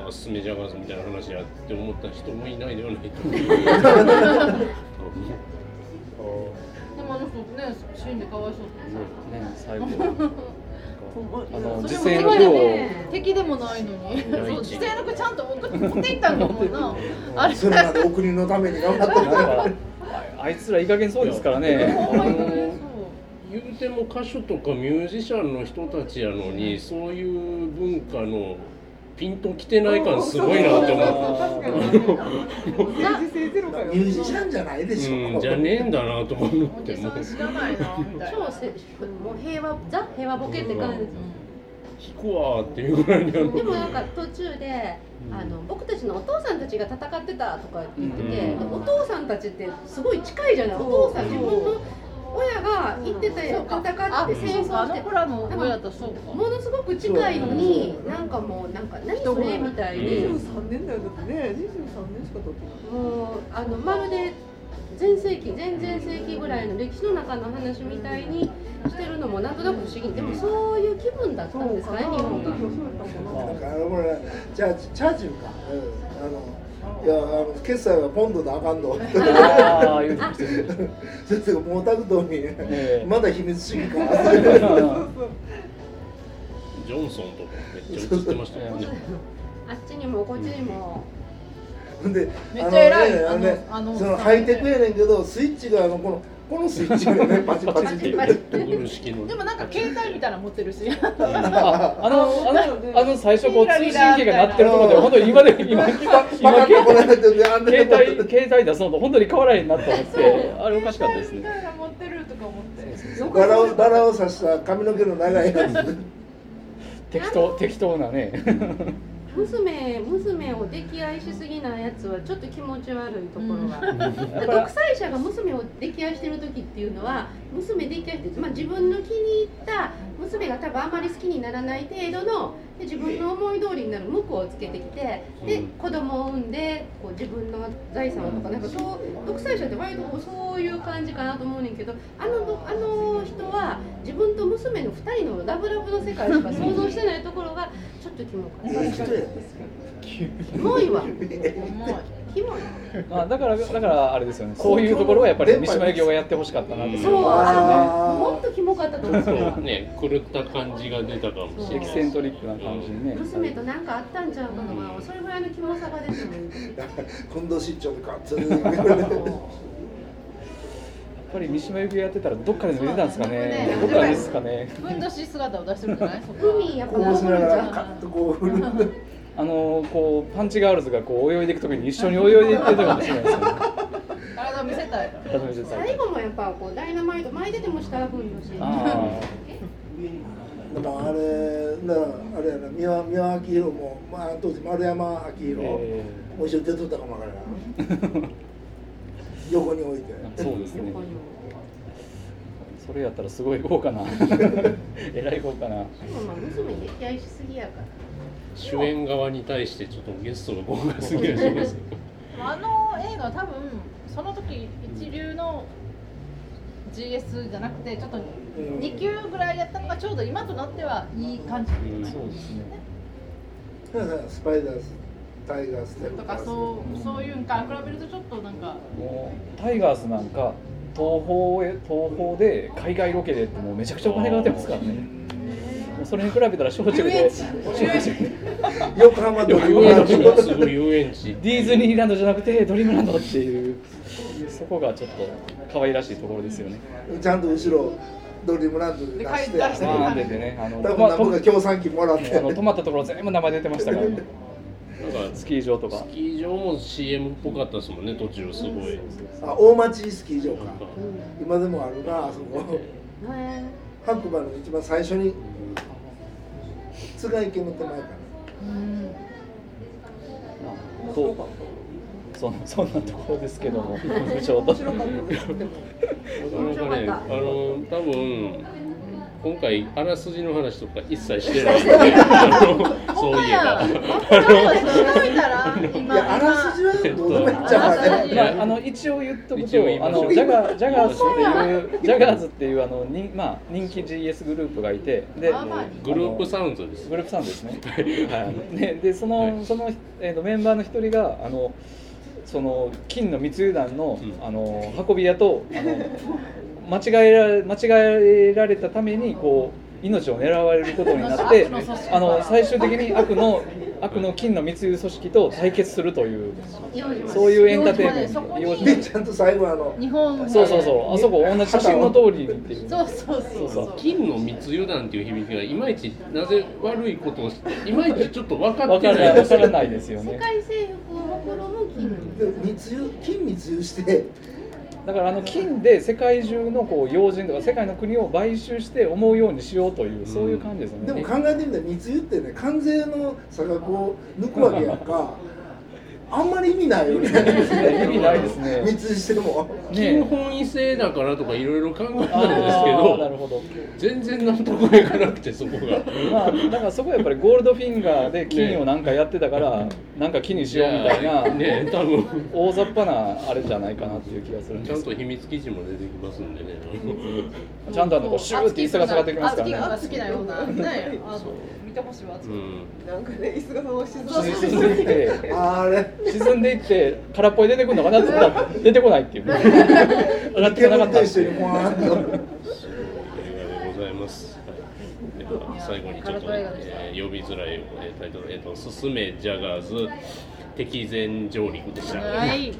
のあスメジャガーズみたいな話やって思った人もいないではないと思う
ど
でもあの人ね死んでかわいそうだっ
ね、最後。なんかあの実
たそ
践
れ
の量
も敵
を
でね敵でもないのに
第一
そう自勢のちゃんと持って持っていったんだもんなあれ
それまでお国のために頑張って
なんかああいつらいい加減そうですからね。
ほんまにね
言うても歌手とかミュージシャンの人たちやのにそういう文化のピンときてない感すごいなって思う。
そうそう そう確かに政治性ゼロかよ
ミュージシャンじゃないでしょ、
うん、じゃねえんだなと思
そう
っ
お
て
じ
も
さ
うん
知らないなみたい
超
な
せもう平和ザ平和ボケって感じ
引くわーっていうぐらいにあの
でもなんか途中で、あの僕たちのお父さんたちが戦ってたとか言ってて、
うん
お父さんたちってすごい近いじゃない、お父さん自分の親が行ってた
そう
戦
か
って戦
あ
争
の
して
子らの親とそうか
ものすごく近いのになんかもうなんか何それみたいに
23年だよだってね23年しか経ってない
もうあのまるで前世紀前々世紀ぐらいの歴史の中の話みたいにしてるのもなんとなく不思議でもそういう気分だったんですかね日本が。
なんかあのこれチャーチチャーチューか、うん、あのいやあの決済はポンドであかんと
ああ、言うてましたね。
先生が毛沢東に、
ええ
まだ秘密主義か
ジョンソンとかめっちゃ映ってましたよね。
あっちにもこっちにも
ほんで
めっちゃ偉い
あのね
あのあの
あのねそのハイテクやねんけどスイッチがあのこのこのスイッチがねパチパチっていう
パチパチ
ドル式の
でもなんか携帯みたいなの持ってるし
ああのあのあの最初こう通信機が鳴ってるところで本当に今で今
パカ
今
ッとこられてるんであんな
携
に
帯携帯出そうと本当に変わらへんなと思ってあれおかしかったですね。
携帯みたいなの持ってるとか思って
バラをバラを刺した髪の毛の長いやつ
適当適当なね。
娘娘を溺愛しすぎなやつはちょっと気持ち悪いところが、
やっぱ
独裁者が娘を溺愛してる時っていうのは娘溺愛して、まあ、自分の気に入った娘が多分あんまり好きにならない程度ので自分の思い通りになる婿をつけてきてで子供を産んでこう自分の財産をとかなんかそう独裁者って割とこうそういう感じかなと思うねんけどあのあの人は自分と娘の2人のラブラブの世界しか想像してないところがちょっとキモかった。キ モいわ
重い
キモい
まあだからだからあれですよね。そういうところはやっぱり三島由紀夫がやってほしかったなって。
そうあの
あー
もっとキモかったと思うよ
そうね狂った感じが出たかもしれ
エ
な
キ
い
セントリックな感じにね。
娘と何かあったんちゃうかな、それぐらいのキモさが出てる
近藤市長とかそれでね
やっぱり三島由紀夫やってたらどっかで出たんですかね。
そ
ど
う
っ
だね
かですかね。
ふんどし姿を出してるんじゃないそこは
海やっぱ
こうしながらカッとこう振る
あのこうパンチガールズがこう泳いでいくときに一緒に泳いでいってるかもしれないですね。
体を見せたい
片目絶
最
対
後もやっぱこうダイナマイト巻いてても下がふんし
あ
だからあれだからあれやな三輪三輪明宏も、まあ、当時丸山明
ー
宏、
え
もう一緒に出とったかもわからんない横に置いて
ーそうですね
横。に
それやったらすごい豪華 な。 えらい豪華な。
でもまあ娘に溺愛しすぎやから
主演側に対してちょっとゲストが豪華すぎるします けど
あの映画は多分その時一流の GS じゃなくてちょっと2級ぐらいやったのがちょうど今となってはいい感じ
うん
うですね。
だから スパイダースタイガーステ
とかそうそういうんから比べるとちょっとなんか
もうタイガースなんか東宝へ東宝で海外ロケでってもうめちゃくちゃお金が出てますからね。もうそれに比べたら松竹で松竹
横浜ド
で
リ
も
ーム
遊
ラ
園
ンド
地はすごい遊園地
ディズニーランドじゃなくてドリームランドっていうそこがちょっと可愛らしいところですよね。
ちゃんと後ろドリームランドで出し
で
て
書いて
まあ出てねあ
多
の
分
まあ
なんぼか
と
協賛金もらっ
あ
て
の泊まったところ全部名前出てましたからね。
なんか
スキー場とか
ス。キー場も CM っぽかったですもんね途中すごい
あ大町スキー場
なんか
か今でもあるなあそこ
ね
白馬の一番最初に津賀池の手前か
うん
そうそんそんなところですけども、ちょうど。
なかねあの多分今回あらすじの話とか一切してないんであのそういえば
ほんまやちょっとしといたら
な
今
いやあらすじはどうでもいいっちゃうからね
まあ、あの一応言っとく
一応
と、
言い
あ
ましょう
のジャガージャガーズっていうジャガーズっていうあのにまあ人気 GS グループがいてで
まあまあ人
グループサウンドです
グループさんですね。はい。ででそのそのえっ、とメンバーの一人があのその金の密輸団の、
うん
あの運び屋とあの 間違えら間違えられたためにこう。命を狙われることになって
悪の組織、
あの最終的に悪の悪の金の密輸組織と対決するというそういうエンターテインメン
そこ
ト。
に
用事
でちゃんと最後あの
日本
そうそうそう、あそこ同じ写真の通りにっていう。
そうそうそうそう
金の密輸団っていう響きがいまいちなぜ悪いことをしていまいちちょっと分か
わ
って
か
ない
ら
で
ない、
す
わから
よ
ないですよ
世
ね。
界征服をもくろむ金
で密輸金密輸して
だから、あの金で世界中のこう要人とか、世界の国を買収して、思うようにしようという、そういう感じですよね。
でも考えてみたら密輸ってね関税の差額を抜くわけやんかあんまり意味ないよね
意味ないですね。
密輸しても
金
ね。
本位制だからとかいろいろ考えたんですけ
あーな
ど
るほど。
全然納得がいかなくてそこが。
まあ、だから、そこはやっぱりゴールドフィンガーで金をなんかやってたから、なんか金にしようみたいな。
ね多分
大雑把なあれじゃないかなっていう気がするん
ち
で
ゃん
す
と秘密基地も出てきますんでね。
ちゃんとあのこうシューって椅子が下がってきますからね
あ好きなようなねあの見てほしいわ
うん
なんかね、椅子がその
そうそう
静
そ
沈
う
ま
んでいって
あれ
沈んでいって空っぽに出てくるのかなって言ったら出てこないっていう上がってこなかった
と
って
一緒
い
に
う
ポワーンと
映画でございます。はい、では最後にちょっと、えー呼びづらい、えータイトル、えっ、と、すすめジャガーズ。敵前上陸でした。
はい。